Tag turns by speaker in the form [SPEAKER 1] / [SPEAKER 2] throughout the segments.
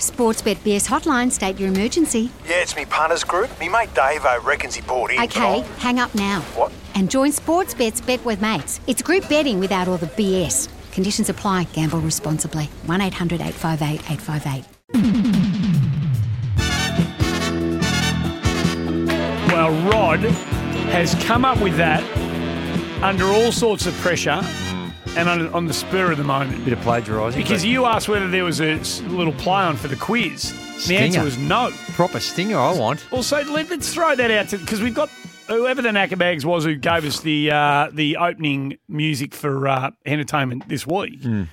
[SPEAKER 1] Sportsbet BS hotline, state your emergency.
[SPEAKER 2] Yeah, it's me partner's group. Me mate Dave I reckons he bought in.
[SPEAKER 1] Okay,
[SPEAKER 2] but
[SPEAKER 1] hang up now.
[SPEAKER 2] What?
[SPEAKER 1] And join Sportsbet's Bet with Mates. It's group betting without all the BS. Conditions apply. Gamble responsibly. 1 800 858 858.
[SPEAKER 3] Well, Rod has come up with that under all sorts of pressure and on, on the spur of the moment.
[SPEAKER 4] Bit of plagiarising.
[SPEAKER 3] Because
[SPEAKER 4] but
[SPEAKER 3] you asked whether there was a s- little play on for the quiz. And The answer
[SPEAKER 4] Stinger.
[SPEAKER 3] was no.
[SPEAKER 4] proper stinger, I want.
[SPEAKER 3] Also, let, us throw that out to because we've got whoever the knackerbags was who gave us the uh, the opening music for uh, entertainment this week.
[SPEAKER 4] Hmm.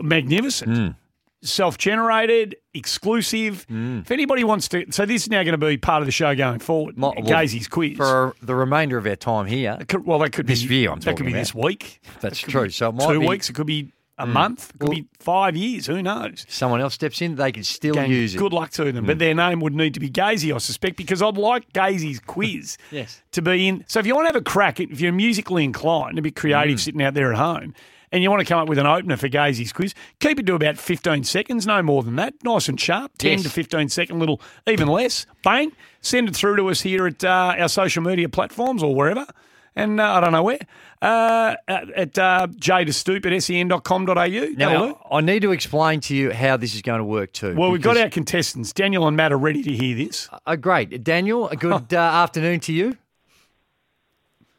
[SPEAKER 3] Magnificent, self generated, exclusive.
[SPEAKER 4] Hmm.
[SPEAKER 3] If anybody wants to, so this is now going to be part of the show going forward.
[SPEAKER 4] Mo- well,
[SPEAKER 3] Gazy's quiz.
[SPEAKER 4] for the remainder of our time here.
[SPEAKER 3] Could- well, that could
[SPEAKER 4] This
[SPEAKER 3] be
[SPEAKER 4] year I'm
[SPEAKER 3] That could
[SPEAKER 4] talking
[SPEAKER 3] be
[SPEAKER 4] about.
[SPEAKER 3] this week.
[SPEAKER 4] That's
[SPEAKER 3] That could
[SPEAKER 4] true.
[SPEAKER 3] be
[SPEAKER 4] So it might
[SPEAKER 3] two
[SPEAKER 4] be- Mm.
[SPEAKER 3] weeks. It could be a month. It could
[SPEAKER 4] Well-
[SPEAKER 3] be five years. Who knows?
[SPEAKER 4] Someone else steps in, they can still
[SPEAKER 3] Gang,
[SPEAKER 4] use it. Mm.
[SPEAKER 3] Good luck to them. But their name would need to be Gazy, I suspect, because I'd like Gazy's quiz
[SPEAKER 4] Yes.
[SPEAKER 3] to be in. So if you want to have a crack, if you're musically inclined, a bit
[SPEAKER 4] Mm.
[SPEAKER 3] creative sitting out there at home, and you want to come up with an opener for Gazy's quiz, keep it to about 15 seconds, no more than that. Nice and sharp, 10
[SPEAKER 4] Yes.
[SPEAKER 3] to 15 second, little, even less. Bang. Send it through to us here at uh, our social media platforms or wherever. And uh, I don't know where. Uh, at at uh, E jdastoop at sen.com.au. That'll do.
[SPEAKER 4] Now, I need to explain to you how this is going to work too.
[SPEAKER 3] Well, we've got
[SPEAKER 4] because-
[SPEAKER 3] our contestants. Daniel and Matt are ready to hear this.
[SPEAKER 4] Uh, great. Daniel, a good uh, afternoon to you.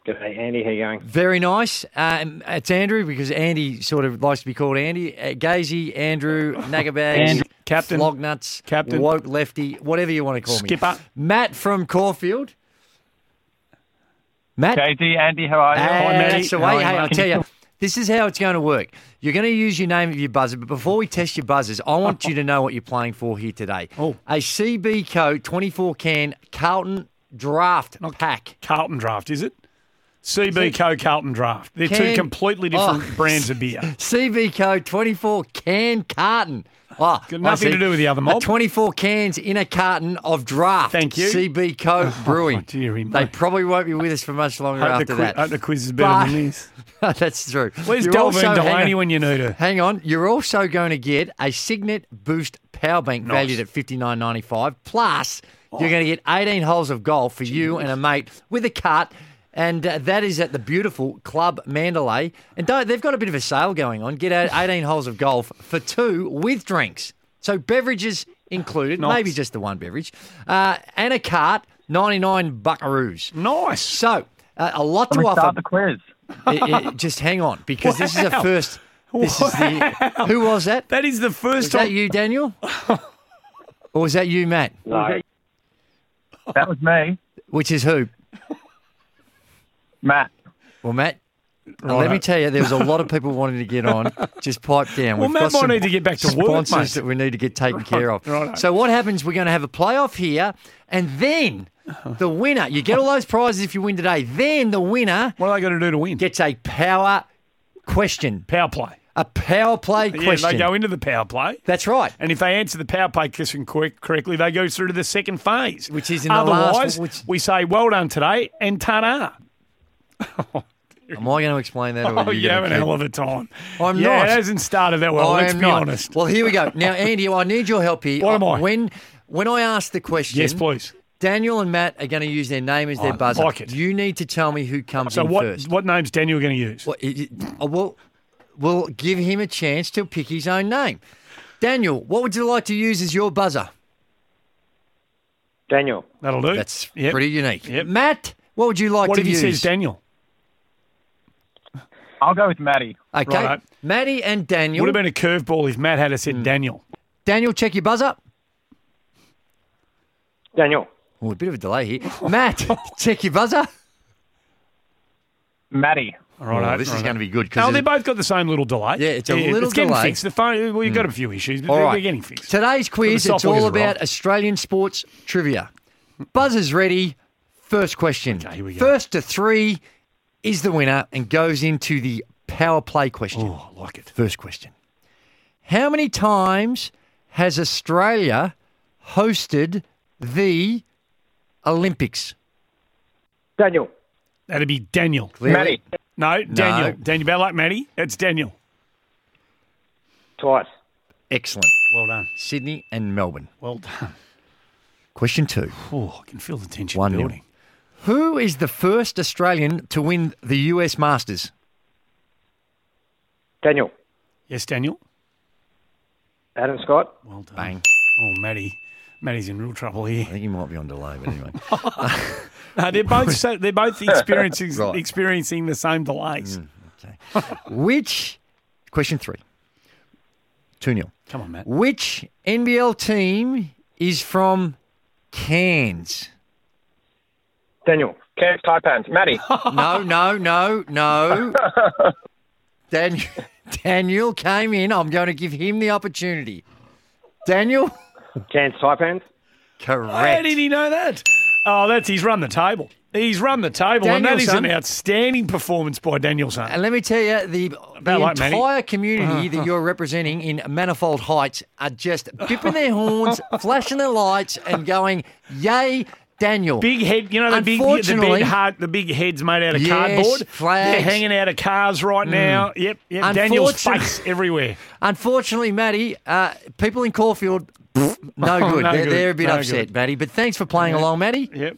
[SPEAKER 5] Good day, Andy. How you going?
[SPEAKER 4] Very nice. Um, it's Andrew because Andy sort of likes to be called Andy. Uh, Gazy, Andrew, Nagabags,
[SPEAKER 3] Andrew. Captain.
[SPEAKER 4] Flognuts,
[SPEAKER 3] Captain.
[SPEAKER 4] Woke Lefty, whatever you want to call me.
[SPEAKER 3] Skipper.
[SPEAKER 4] Matt from Caulfield. Matt.
[SPEAKER 6] Katie, Andy, how are you?
[SPEAKER 3] Hi, Matty.
[SPEAKER 4] That's the way.
[SPEAKER 3] Hi,
[SPEAKER 4] Hey, I'll
[SPEAKER 3] Matty.
[SPEAKER 4] tell you, this is how it's going to work. You're going to use your name of your buzzer, but before we test your buzzers, I want you to know what you're playing for here today.
[SPEAKER 3] Oh.
[SPEAKER 4] A CB Co 24 can Carlton draft pack.
[SPEAKER 3] Carlton Draft, is it? CB Co Carlton Draft. They're two
[SPEAKER 4] Can-
[SPEAKER 3] completely different
[SPEAKER 4] Oh.
[SPEAKER 3] brands of beer.
[SPEAKER 4] CB Co 24 can carton. Oh,
[SPEAKER 3] Got
[SPEAKER 4] I
[SPEAKER 3] nothing
[SPEAKER 4] see.
[SPEAKER 3] to do with the other mob.
[SPEAKER 4] Uh, 24 cans in a carton of draft.
[SPEAKER 3] Thank you.
[SPEAKER 4] CB Co Brewing.
[SPEAKER 3] dearie me.
[SPEAKER 4] they probably won't be with us for much longer
[SPEAKER 3] Hope the,
[SPEAKER 4] after
[SPEAKER 3] qui-
[SPEAKER 4] that.
[SPEAKER 3] hope the quiz is better
[SPEAKER 4] But-
[SPEAKER 3] than this.
[SPEAKER 4] That's true.
[SPEAKER 3] Where's
[SPEAKER 4] You're
[SPEAKER 3] Delvin
[SPEAKER 4] also- hang
[SPEAKER 3] Delaney
[SPEAKER 4] on.
[SPEAKER 3] when you need her?
[SPEAKER 4] Hang on, you're also going to get a Signet Boost power bank valued at fifty nine ninety five. Plus, you're going to get eighteen holes of golf for you and a mate with a cart, and uh, that is at the beautiful Club Mandalay. And don't, they've got a bit of a sale going on. Get out eighteen holes of golf for two with drinks, so beverages included,
[SPEAKER 3] Nice.
[SPEAKER 4] maybe just the one beverage, uh, and a cart, ninety nine buckaroos.
[SPEAKER 3] Nice.
[SPEAKER 4] So. Uh, a lot to
[SPEAKER 6] We
[SPEAKER 4] offer.
[SPEAKER 6] start the quiz.
[SPEAKER 4] I- I- just hang on, because this is the
[SPEAKER 3] Wow.
[SPEAKER 4] first. This is the, who was that?
[SPEAKER 3] That is the first
[SPEAKER 4] Was that
[SPEAKER 3] time.
[SPEAKER 4] you, Daniel? or was that you, Matt?
[SPEAKER 5] No,
[SPEAKER 6] That was me,
[SPEAKER 4] Which is who?
[SPEAKER 6] Matt.
[SPEAKER 4] Well, Matt. Let me
[SPEAKER 3] Righto.
[SPEAKER 4] tell you, there was a lot of people wanting to get on. Just pipe down.
[SPEAKER 3] Well,
[SPEAKER 4] We've
[SPEAKER 3] Matt
[SPEAKER 4] got
[SPEAKER 3] might
[SPEAKER 4] some
[SPEAKER 3] need to get back to work,
[SPEAKER 4] sponsors
[SPEAKER 3] mate.
[SPEAKER 4] that we need to get taken care of.
[SPEAKER 3] righto.
[SPEAKER 4] So what happens? We're going to have a playoff here, and then the winner. You get all those prizes if you win today. Then the winner
[SPEAKER 3] What are they going to do to win?
[SPEAKER 4] gets a power question,
[SPEAKER 3] power play.
[SPEAKER 4] a power play
[SPEAKER 3] Yeah,
[SPEAKER 4] question.
[SPEAKER 3] they go into the power play.
[SPEAKER 4] That's right.
[SPEAKER 3] And if they answer the power play question cor- correctly, they go through to the second phase.
[SPEAKER 4] Which is in the last-
[SPEAKER 3] Otherwise,
[SPEAKER 4] which-
[SPEAKER 3] we say, well done today and ta-da.
[SPEAKER 4] Am I going to explain that? Or
[SPEAKER 3] Oh,
[SPEAKER 4] are you
[SPEAKER 3] you're having
[SPEAKER 4] going to
[SPEAKER 3] a hell of a time.
[SPEAKER 4] I'm
[SPEAKER 3] yeah,
[SPEAKER 4] not.
[SPEAKER 3] it hasn't started that well,
[SPEAKER 4] I
[SPEAKER 3] let's
[SPEAKER 4] am
[SPEAKER 3] be
[SPEAKER 4] not.
[SPEAKER 3] honest.
[SPEAKER 4] Well, here we go. Now, Andy, I need your help here. Uh,
[SPEAKER 3] What am I?
[SPEAKER 4] When when I ask the question,
[SPEAKER 3] yes, please.
[SPEAKER 4] Daniel and Matt are going to use their name as their
[SPEAKER 3] I
[SPEAKER 4] buzzer.
[SPEAKER 3] like it.
[SPEAKER 4] You need to tell me who comes
[SPEAKER 3] So
[SPEAKER 4] in
[SPEAKER 3] what
[SPEAKER 4] first.
[SPEAKER 3] what name's Daniel going to use?
[SPEAKER 4] Well, it- it- uh, we'll, we'll give him a chance to pick his own name. Daniel, what would you like to use as your buzzer?
[SPEAKER 5] Daniel.
[SPEAKER 3] That'll do.
[SPEAKER 4] That's
[SPEAKER 3] Yep.
[SPEAKER 4] pretty unique.
[SPEAKER 3] Yep.
[SPEAKER 4] Matt, what would you like
[SPEAKER 3] What
[SPEAKER 4] to
[SPEAKER 3] if he
[SPEAKER 4] use?
[SPEAKER 3] says Daniel?
[SPEAKER 6] I'll go with Matty.
[SPEAKER 4] okay,
[SPEAKER 3] Righto.
[SPEAKER 4] Matty and Daniel.
[SPEAKER 3] Would have been a curveball if Matt had a
[SPEAKER 4] Hmm.
[SPEAKER 3] said Daniel.
[SPEAKER 4] Daniel, check your buzzer.
[SPEAKER 5] Daniel.
[SPEAKER 4] Oh, a bit of a delay here. Matt, check your buzzer.
[SPEAKER 6] Matty.
[SPEAKER 3] All right,
[SPEAKER 4] Oh, this is
[SPEAKER 3] right.
[SPEAKER 4] going to be good. 'cause
[SPEAKER 3] No,
[SPEAKER 4] it-
[SPEAKER 3] they both got the same little delay.
[SPEAKER 4] Yeah, it's a little
[SPEAKER 3] It's getting
[SPEAKER 4] delay.
[SPEAKER 3] fixed. The phone. We've got a few issues, but
[SPEAKER 4] All
[SPEAKER 3] they're,
[SPEAKER 4] right.
[SPEAKER 3] they're getting fixed.
[SPEAKER 4] Today's quiz,
[SPEAKER 3] Got
[SPEAKER 4] it's
[SPEAKER 3] the soft
[SPEAKER 4] all
[SPEAKER 3] wickets
[SPEAKER 4] about
[SPEAKER 3] right.
[SPEAKER 4] Australian sports trivia. Buzzers ready. First question.
[SPEAKER 3] Okay, here we go.
[SPEAKER 4] First to three is the winner and goes into the power play question.
[SPEAKER 3] Oh, I like it.
[SPEAKER 4] First question. How many times has Australia hosted the Olympics?
[SPEAKER 5] Daniel.
[SPEAKER 3] That'd be Daniel.
[SPEAKER 6] Matty.
[SPEAKER 3] No, Daniel. Daniel. About like Maddie. It's Daniel.
[SPEAKER 5] Twice.
[SPEAKER 4] Excellent.
[SPEAKER 3] Well done.
[SPEAKER 4] Sydney and Melbourne.
[SPEAKER 3] Well done.
[SPEAKER 4] Question two.
[SPEAKER 3] Oh, I can feel the tension
[SPEAKER 4] One nil.
[SPEAKER 3] building.
[SPEAKER 4] Who is the first Australian to win the US Masters?
[SPEAKER 5] Daniel.
[SPEAKER 3] Yes, Daniel.
[SPEAKER 5] Adam Scott.
[SPEAKER 3] Well done.
[SPEAKER 4] Bang.
[SPEAKER 3] Oh, Maddie. Maddie's in real trouble
[SPEAKER 4] I
[SPEAKER 3] here.
[SPEAKER 4] think you might be on delay, but anyway.
[SPEAKER 3] No, they're both so, they're both experiencing
[SPEAKER 4] Right.
[SPEAKER 3] experiencing the same delays.
[SPEAKER 4] Which question three? Two 0
[SPEAKER 3] Come on, Matt.
[SPEAKER 4] Which NBL team is from Cairns?
[SPEAKER 5] Daniel.
[SPEAKER 6] Cairns Taipans. Matty.
[SPEAKER 4] No, no, no, no. Dan- Daniel came in. I'm going to give him the opportunity. Daniel,
[SPEAKER 5] Chance Taipans.
[SPEAKER 3] How
[SPEAKER 4] correct.
[SPEAKER 3] did he know that? Oh, that's he's run the table. He's run the table, and that is
[SPEAKER 4] Danielson.
[SPEAKER 3] an outstanding performance by Danielson.
[SPEAKER 4] And let me tell you, the, the
[SPEAKER 3] About like Manny. Uh-huh,
[SPEAKER 4] entire community that you're representing in Manifold Heights are just bipping their horns, flashing their lights, and going, "Yay, Daniel!"
[SPEAKER 3] Big head, you know the big, the
[SPEAKER 4] Unfortunately-
[SPEAKER 3] big heart, the big heads made out of
[SPEAKER 4] Yes,
[SPEAKER 3] cardboard.
[SPEAKER 4] flags. Hmm.
[SPEAKER 3] They're hanging out of cars right now. Yep, yep. Daniel's
[SPEAKER 4] Unfortunate-
[SPEAKER 3] face everywhere.
[SPEAKER 4] Unfortunately, Matty, uh, people in Caulfield, pff, no good.
[SPEAKER 3] No
[SPEAKER 4] they're,
[SPEAKER 3] good,
[SPEAKER 4] they're a bit
[SPEAKER 3] no
[SPEAKER 4] upset,
[SPEAKER 3] good.
[SPEAKER 4] Matty. But thanks for playing along, Matty.
[SPEAKER 3] Yep.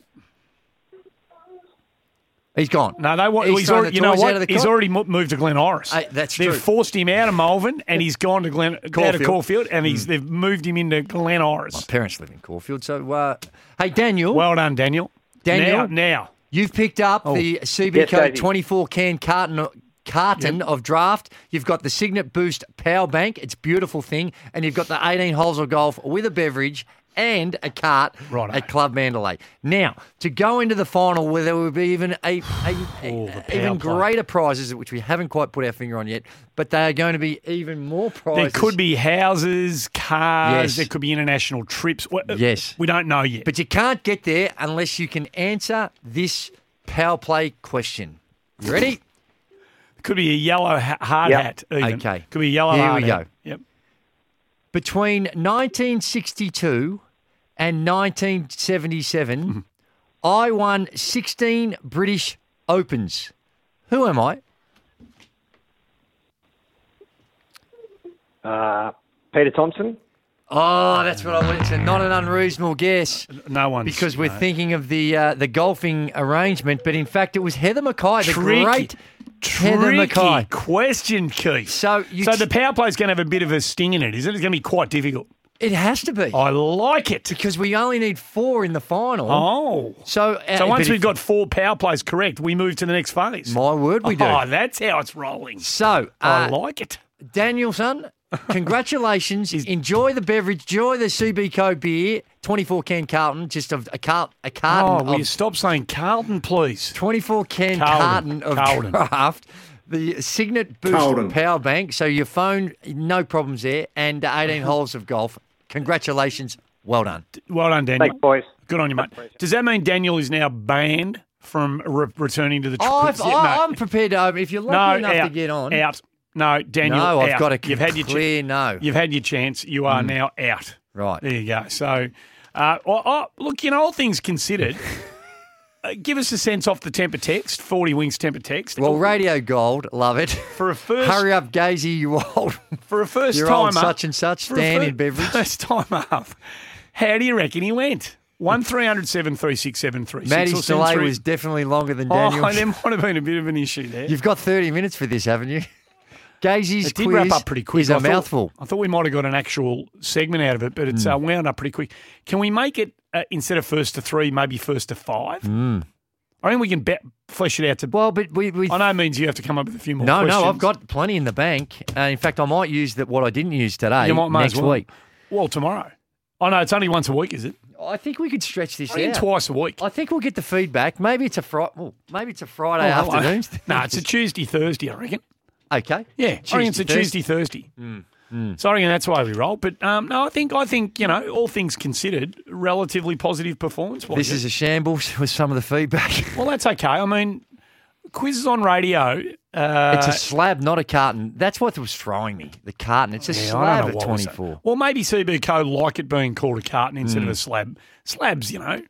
[SPEAKER 4] He's gone.
[SPEAKER 3] No, they want. He's,
[SPEAKER 4] He's thrown
[SPEAKER 3] already.
[SPEAKER 4] the
[SPEAKER 3] You know
[SPEAKER 4] toys out of
[SPEAKER 3] what?
[SPEAKER 4] the
[SPEAKER 3] He's
[SPEAKER 4] cot.
[SPEAKER 3] already mo- moved to Glen Iris.
[SPEAKER 4] Hey, that's
[SPEAKER 3] They've
[SPEAKER 4] true.
[SPEAKER 3] forced him out of Malvern, and he's gone to Glen out of
[SPEAKER 4] Caulfield. Hmm.
[SPEAKER 3] Caulfield, and he's they've moved him into Glen Iris.
[SPEAKER 4] Parents live in Caulfield, so uh, hey, Daniel,
[SPEAKER 3] Well done, Daniel.
[SPEAKER 4] Daniel?
[SPEAKER 3] now,
[SPEAKER 4] you've picked up
[SPEAKER 3] Oh.
[SPEAKER 4] the CB
[SPEAKER 5] Yes,
[SPEAKER 4] Code
[SPEAKER 5] Davey.
[SPEAKER 4] 24 can carton. Carton of draft. You've got the Signet Boost Power Bank. It's a beautiful thing, and you've got the 18 holes of golf with a beverage and a cart
[SPEAKER 3] Righto.
[SPEAKER 4] at Club Mandalay. Now to go into the final, where there will be even a, a, a-
[SPEAKER 3] Oh, the power
[SPEAKER 4] even
[SPEAKER 3] play.
[SPEAKER 4] greater prizes, which we haven't quite put our finger on yet, but they are going to be even more
[SPEAKER 3] now.
[SPEAKER 4] prizes.
[SPEAKER 3] There could be houses, cars.
[SPEAKER 4] Yes.
[SPEAKER 3] There could be international trips. Well, uh,
[SPEAKER 4] Yes.
[SPEAKER 3] we don't know yet.
[SPEAKER 4] But you can't get there unless you can answer this power play question. You ready?
[SPEAKER 3] could be a yellow ha- hard
[SPEAKER 5] Yep.
[SPEAKER 3] hat. Even.
[SPEAKER 4] Okay.
[SPEAKER 3] could be a yellow
[SPEAKER 4] Here
[SPEAKER 3] hard
[SPEAKER 4] we
[SPEAKER 3] hat.
[SPEAKER 4] go.
[SPEAKER 3] Yep.
[SPEAKER 4] Between 1962 and 1977, I won 16 British Opens. Who am I?
[SPEAKER 5] Uh, Peter Thompson.
[SPEAKER 4] Oh, that's what I wanted to. Not an unreasonable guess
[SPEAKER 3] No one
[SPEAKER 4] because we're thinking of the uh, the golfing arrangement, but in fact it was Heather Mackay, the
[SPEAKER 3] Tricky.
[SPEAKER 4] great Heather
[SPEAKER 3] Tricky
[SPEAKER 4] Mackay.
[SPEAKER 3] question, Keith.
[SPEAKER 4] So you
[SPEAKER 3] so
[SPEAKER 4] t-
[SPEAKER 3] the power play's going to have a bit of a sting in it, isn't it? It's going to be quite difficult.
[SPEAKER 4] It has to be
[SPEAKER 3] I like it.
[SPEAKER 4] because we only need four in the final.
[SPEAKER 3] Oh.
[SPEAKER 4] So, uh,
[SPEAKER 3] So once
[SPEAKER 4] but
[SPEAKER 3] we've
[SPEAKER 4] if-
[SPEAKER 3] got four power plays correct, we move to the next phase.
[SPEAKER 4] My word, we do.
[SPEAKER 3] Oh, that's how it's rolling.
[SPEAKER 4] So,
[SPEAKER 3] I
[SPEAKER 4] uh,
[SPEAKER 3] like it.
[SPEAKER 4] Danielson, congratulations. enjoy the beverage. Enjoy the CB Co beer, 24 can carton, just of a, car- a
[SPEAKER 3] Oh,
[SPEAKER 4] carton
[SPEAKER 3] will you
[SPEAKER 4] of
[SPEAKER 3] stop saying Carlton, please?
[SPEAKER 4] 24 can
[SPEAKER 3] Carlton,
[SPEAKER 4] carton of
[SPEAKER 3] Carlton.
[SPEAKER 4] draft. The Signet Boost
[SPEAKER 7] Carlton.
[SPEAKER 4] Power Bank. So your phone, no problems there, and uh, 18 holes of golf. Congratulations. Well done.
[SPEAKER 3] Well done, Daniel.
[SPEAKER 5] Thanks, boys.
[SPEAKER 3] Good on you, mate. Does that mean Daniel is now banned from re- returning to the? tri-
[SPEAKER 4] Oh, I've,
[SPEAKER 3] No.
[SPEAKER 4] I, I'm prepared to open. If you're
[SPEAKER 3] no,
[SPEAKER 4] lucky enough
[SPEAKER 3] out,
[SPEAKER 4] to get on,
[SPEAKER 3] Out. No, Daniel.
[SPEAKER 4] no, I've
[SPEAKER 3] out.
[SPEAKER 4] got a
[SPEAKER 3] You've had your cha-
[SPEAKER 4] clear no. Mm.
[SPEAKER 3] You've had your chance. You are now out.
[SPEAKER 4] Right.
[SPEAKER 3] There you go. So, uh, oh, oh, look, you know, all things considered, uh, give us a sense off the temper text, 40 wings temper text.
[SPEAKER 4] Well, Radio Gold, love it.
[SPEAKER 3] For a first-
[SPEAKER 4] hurry up, Gazy, you old.
[SPEAKER 3] for a first
[SPEAKER 4] your
[SPEAKER 3] time
[SPEAKER 4] old
[SPEAKER 3] up,
[SPEAKER 4] such and such,
[SPEAKER 3] for a
[SPEAKER 4] Dan
[SPEAKER 3] fir-
[SPEAKER 4] in Beveridge.
[SPEAKER 3] First time up. How do you reckon he went? One 736
[SPEAKER 4] Maddie's delay was definitely longer than Daniel.
[SPEAKER 3] Oh, there might have been a bit of an issue there.
[SPEAKER 4] You've got 30 minutes for this, haven't you? Gazy's
[SPEAKER 3] It
[SPEAKER 4] quiz
[SPEAKER 3] did wrap up pretty quick.
[SPEAKER 4] is a
[SPEAKER 3] I thought-
[SPEAKER 4] mouthful. Hmm.
[SPEAKER 3] I thought we might have got an actual segment out of it, but it's uh, wound up pretty quick. Can we make it uh, instead of first to three, maybe first to five? I think we can bet, flesh it out to.
[SPEAKER 4] Hmm. Well, but we... we
[SPEAKER 3] I know it means you have to come up with a few more.
[SPEAKER 4] no,
[SPEAKER 3] questions.
[SPEAKER 4] no, I've got plenty in the bank. Uh, in fact, I might use that what I didn't use today
[SPEAKER 3] You might may
[SPEAKER 4] next
[SPEAKER 3] as well.
[SPEAKER 4] week.
[SPEAKER 3] Well, tomorrow. Oh no, it's only once a week, is it?
[SPEAKER 4] I think we could stretch this
[SPEAKER 3] I reckon
[SPEAKER 4] out.
[SPEAKER 3] twice a week.
[SPEAKER 4] I think we'll get the feedback. Maybe it's a Friday. maybe it's a Friday
[SPEAKER 3] Oh, hello.
[SPEAKER 4] afternoon.
[SPEAKER 3] no, it's a Tuesday, Thursday, I reckon.
[SPEAKER 4] okay.
[SPEAKER 3] Yeah, I reckon it's a
[SPEAKER 4] Thursday.
[SPEAKER 3] Tuesday, Thursday. Hmm. So I reckon that's why we roll. But um, no, I think I think you know, all things considered, relatively positive performance.
[SPEAKER 4] This is a shambles with some of the feedback.
[SPEAKER 3] well, that's okay. I mean, quizzes on radio. Uh,
[SPEAKER 4] it's a slab, not a carton. That's what was throwing me. The carton. It's a
[SPEAKER 3] Yeah, I don't
[SPEAKER 4] slab
[SPEAKER 3] know
[SPEAKER 4] at
[SPEAKER 3] what was that. Hmm.
[SPEAKER 4] 24.
[SPEAKER 3] Well, maybe CB Co like it being called a carton instead of a slab. Slabs, you know,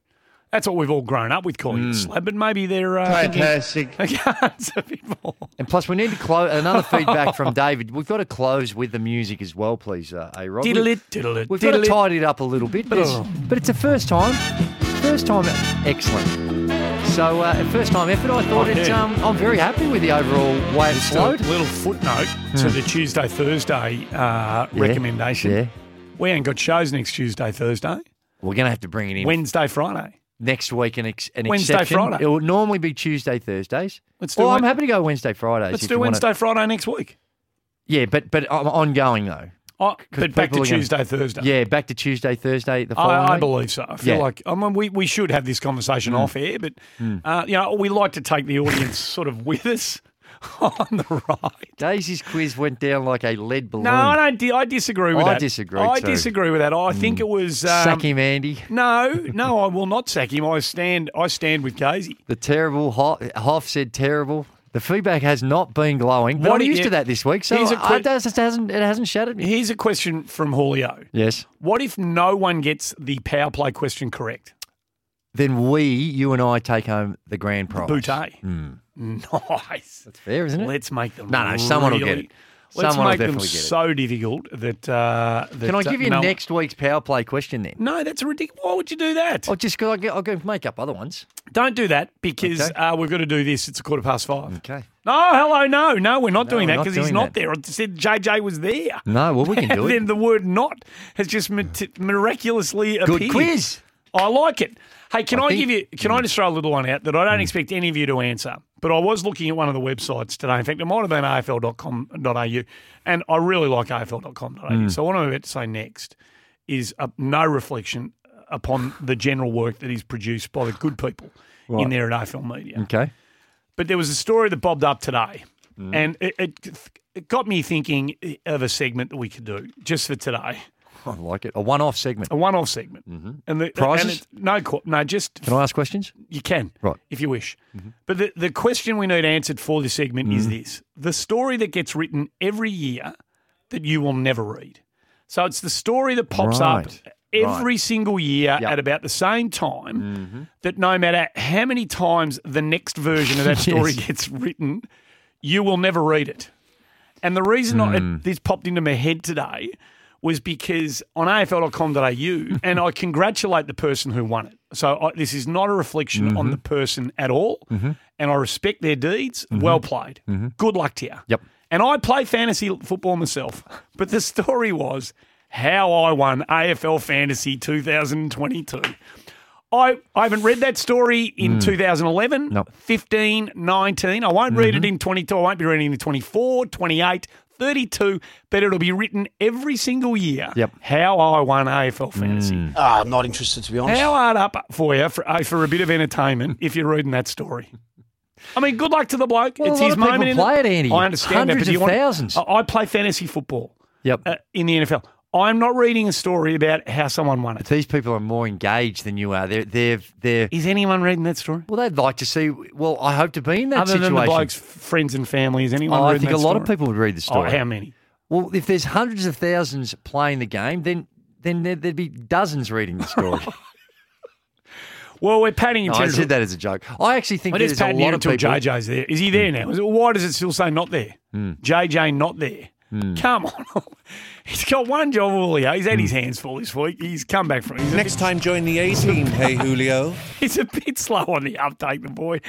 [SPEAKER 3] that's what we've all grown up with calling it a slab. But maybe they're uh, fantastic. Cartons a bit more.
[SPEAKER 4] And plus, we need to close. Another feedback from David. We've got to close with the music as well, please, uh, A Rob.
[SPEAKER 3] Diddle
[SPEAKER 4] We've,
[SPEAKER 3] it, diddle it,
[SPEAKER 4] we've got to
[SPEAKER 3] diddle it.
[SPEAKER 4] tidy it up a little bit, but
[SPEAKER 3] Oh.
[SPEAKER 4] it's, but it's a first time. First time, excellent. So, uh, a first time effort. I thought
[SPEAKER 3] Oh,
[SPEAKER 4] it's.
[SPEAKER 3] yeah.
[SPEAKER 4] Um, I'm very happy with the overall way it's
[SPEAKER 3] Just a
[SPEAKER 4] flowed.
[SPEAKER 3] little footnote to the Tuesday Thursday uh, recommendation.
[SPEAKER 4] Hmm. Yeah.
[SPEAKER 3] We ain't got shows next Tuesday, Thursday,
[SPEAKER 4] We're going to have to bring it in
[SPEAKER 3] Wednesday, Friday.
[SPEAKER 4] next week. An, ex- an
[SPEAKER 3] Wednesday,
[SPEAKER 4] exception.
[SPEAKER 3] Friday.
[SPEAKER 4] It will normally be Tuesday, Thursdays.
[SPEAKER 3] Let's do
[SPEAKER 4] Or I'm
[SPEAKER 3] Wed-
[SPEAKER 4] happy to go Wednesday, Fridays.
[SPEAKER 3] Let's
[SPEAKER 4] if
[SPEAKER 3] do
[SPEAKER 4] you wanna-
[SPEAKER 3] Wednesday, Friday next week.
[SPEAKER 4] Yeah, but but um, ongoing though.
[SPEAKER 3] Oh, but back
[SPEAKER 4] people
[SPEAKER 3] to
[SPEAKER 4] are gonna-
[SPEAKER 3] Tuesday, Thursday.
[SPEAKER 4] Yeah, back to Tuesday, Thursday. The following
[SPEAKER 3] I, I
[SPEAKER 4] week.
[SPEAKER 3] believe so. I feel
[SPEAKER 4] Yeah. Hmm.
[SPEAKER 3] like I mean, we, we should have this conversation off air, but uh, you know we like to take the audience sort of with us on the ride.
[SPEAKER 4] Daisy's quiz went down like a lead balloon.
[SPEAKER 3] No, I don't. Di- I disagree with
[SPEAKER 4] I
[SPEAKER 3] that.
[SPEAKER 4] disagree
[SPEAKER 3] I
[SPEAKER 4] too. Hmm.
[SPEAKER 3] disagree with that. I think it was um,
[SPEAKER 4] Sack him, Andy.
[SPEAKER 3] No, no, I will not sack him. I stand. I stand with Casey.
[SPEAKER 4] The terrible Ho- Hoff said terrible. The feedback has not been glowing. But
[SPEAKER 3] What
[SPEAKER 4] I'm
[SPEAKER 3] do
[SPEAKER 4] used
[SPEAKER 3] you-
[SPEAKER 4] to that this week, so
[SPEAKER 3] Here's a
[SPEAKER 4] I-
[SPEAKER 3] que-
[SPEAKER 4] it, does- it hasn't it hasn't shattered me.
[SPEAKER 3] Here's a question from Julio.
[SPEAKER 4] Yes.
[SPEAKER 3] What if no one gets the power play question correct?
[SPEAKER 4] Then we, you and I, take home the grand prize.
[SPEAKER 3] Boutte. Nice.
[SPEAKER 4] Hmm. That's fair, isn't it?
[SPEAKER 3] Let's make them.
[SPEAKER 4] No, no, someone will
[SPEAKER 3] really,
[SPEAKER 4] get it.
[SPEAKER 3] Let's
[SPEAKER 4] Someone will
[SPEAKER 3] make them
[SPEAKER 4] definitely get it.
[SPEAKER 3] so difficult that. Uh, that
[SPEAKER 4] Can I
[SPEAKER 3] uh,
[SPEAKER 4] give you
[SPEAKER 3] no-
[SPEAKER 4] next week's power play question then?
[SPEAKER 3] No, that's ridiculous. Why would you do that?
[SPEAKER 4] Oh, just because I'll go make up other ones.
[SPEAKER 3] Don't do that because
[SPEAKER 4] Okay.
[SPEAKER 3] uh, we've got to do this. It's a quarter past five.
[SPEAKER 4] Okay.
[SPEAKER 3] No, hello, no, no, we're not
[SPEAKER 4] No,
[SPEAKER 3] doing
[SPEAKER 4] we're
[SPEAKER 3] that
[SPEAKER 4] not
[SPEAKER 3] because he's
[SPEAKER 4] doing
[SPEAKER 3] not
[SPEAKER 4] that.
[SPEAKER 3] there. I said JJ was there.
[SPEAKER 4] No, well we can do
[SPEAKER 3] And then
[SPEAKER 4] it.
[SPEAKER 3] the word not has just mat- miraculously appeared.
[SPEAKER 4] Good quiz.
[SPEAKER 3] I like it. Hey, can I,
[SPEAKER 4] I think- Mm.
[SPEAKER 3] give you? Can I just throw a little one out that I don't expect any of you to answer, but I was looking at one of the websites today. In fact, it might have been afl.com.au, and I really like afl.com.au.
[SPEAKER 4] Mm.
[SPEAKER 3] So what I'm about to say next is uh no reflection upon the general work that is produced by the good people in there at AFL Media.
[SPEAKER 4] Okay.
[SPEAKER 3] But there was a story that bobbed up today,
[SPEAKER 4] Mm-hmm.
[SPEAKER 3] and it, it, it got me thinking of a segment that we could do just for today,
[SPEAKER 4] I like it. A one off segment.
[SPEAKER 3] a one-off segment. And the
[SPEAKER 4] Mm-hmm. Prizes?
[SPEAKER 3] And it's, no, qu- no, just
[SPEAKER 4] Can I ask questions?
[SPEAKER 3] you can,
[SPEAKER 4] Right. Mm-hmm.
[SPEAKER 3] if you wish. But the, the question we need answered for this segment
[SPEAKER 4] Mm.
[SPEAKER 3] is this the story that gets written every year that you will never read. So it's the story that pops
[SPEAKER 4] Right. Mm-hmm.
[SPEAKER 3] up every single year at about the same time that no matter how many times the next version of that story
[SPEAKER 4] Yes.
[SPEAKER 3] gets written, you will never read it. And the reason I, it, this popped into my head today was because on afl.com.au, and I congratulate the person who won it. So I, this is not a reflection on the person at all. And I respect their deeds. Well played. Good luck to you.
[SPEAKER 4] Yep.
[SPEAKER 3] And I play fantasy football myself. But the story was how I won AFL Fantasy 2022. I, I haven't read that story
[SPEAKER 4] Hmm.
[SPEAKER 3] in 2011,
[SPEAKER 4] No.
[SPEAKER 3] 15, 19. I won't
[SPEAKER 4] Mm-hmm.
[SPEAKER 3] read it in 22. I won't be reading it in 24, 28, 32, but it'll be written every single year
[SPEAKER 4] Yep. Hmm.
[SPEAKER 3] how I won AFL Fantasy.
[SPEAKER 7] Ah, I'm not interested, to be honest.
[SPEAKER 3] How hard up for you for, uh, for a bit of entertainment if you're reading that story? I mean, good luck to the bloke.
[SPEAKER 4] Well, a
[SPEAKER 3] it's
[SPEAKER 4] lot
[SPEAKER 3] his
[SPEAKER 4] of people
[SPEAKER 3] moment. in
[SPEAKER 4] play it, Andy.
[SPEAKER 3] I understand that,
[SPEAKER 4] Hundreds
[SPEAKER 3] but do you
[SPEAKER 4] of
[SPEAKER 3] want-
[SPEAKER 4] thousands.
[SPEAKER 3] I, I play fantasy football
[SPEAKER 4] Yep.
[SPEAKER 3] uh, in the NFL. I'm not reading a story about how someone won it.
[SPEAKER 4] These people are more engaged than you are. They're they're they're
[SPEAKER 3] Is anyone reading that story?
[SPEAKER 4] well. They'd like to see. Well, I hope to be in that
[SPEAKER 3] Other
[SPEAKER 4] situation.
[SPEAKER 3] than the bloke's f- friends and family, is anyone?
[SPEAKER 4] Oh, I
[SPEAKER 3] reading
[SPEAKER 4] think a
[SPEAKER 3] that
[SPEAKER 4] lot of
[SPEAKER 3] story?
[SPEAKER 4] people would read the story.
[SPEAKER 3] Oh, how many?
[SPEAKER 4] Well, if there's hundreds of thousands playing the game, then then there'd, there'd be dozens reading the story.
[SPEAKER 3] Well, we're padding
[SPEAKER 4] No,
[SPEAKER 3] into.
[SPEAKER 4] I said that as a joke. I actually think
[SPEAKER 3] We're just
[SPEAKER 4] there's a
[SPEAKER 3] padding here
[SPEAKER 4] lot
[SPEAKER 3] until
[SPEAKER 4] of people. Hmm.
[SPEAKER 3] JJ's there. Is he there now? Is it, why does it still say not there? JJ not there.
[SPEAKER 4] Hmm.
[SPEAKER 3] Come on. he's got one job, Julio. He's had his
[SPEAKER 4] Hmm.
[SPEAKER 3] hands full this week. He's come back from. He's a
[SPEAKER 8] Next time, join the A team, hey Julio.
[SPEAKER 3] He's a bit slow on the uptake, the boy.